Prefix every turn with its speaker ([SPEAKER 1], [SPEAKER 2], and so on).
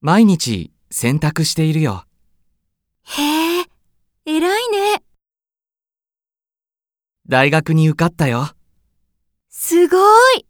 [SPEAKER 1] 毎日洗濯しているよ。
[SPEAKER 2] へえ、偉いね。
[SPEAKER 1] 大学に受かったよ。
[SPEAKER 2] すごい。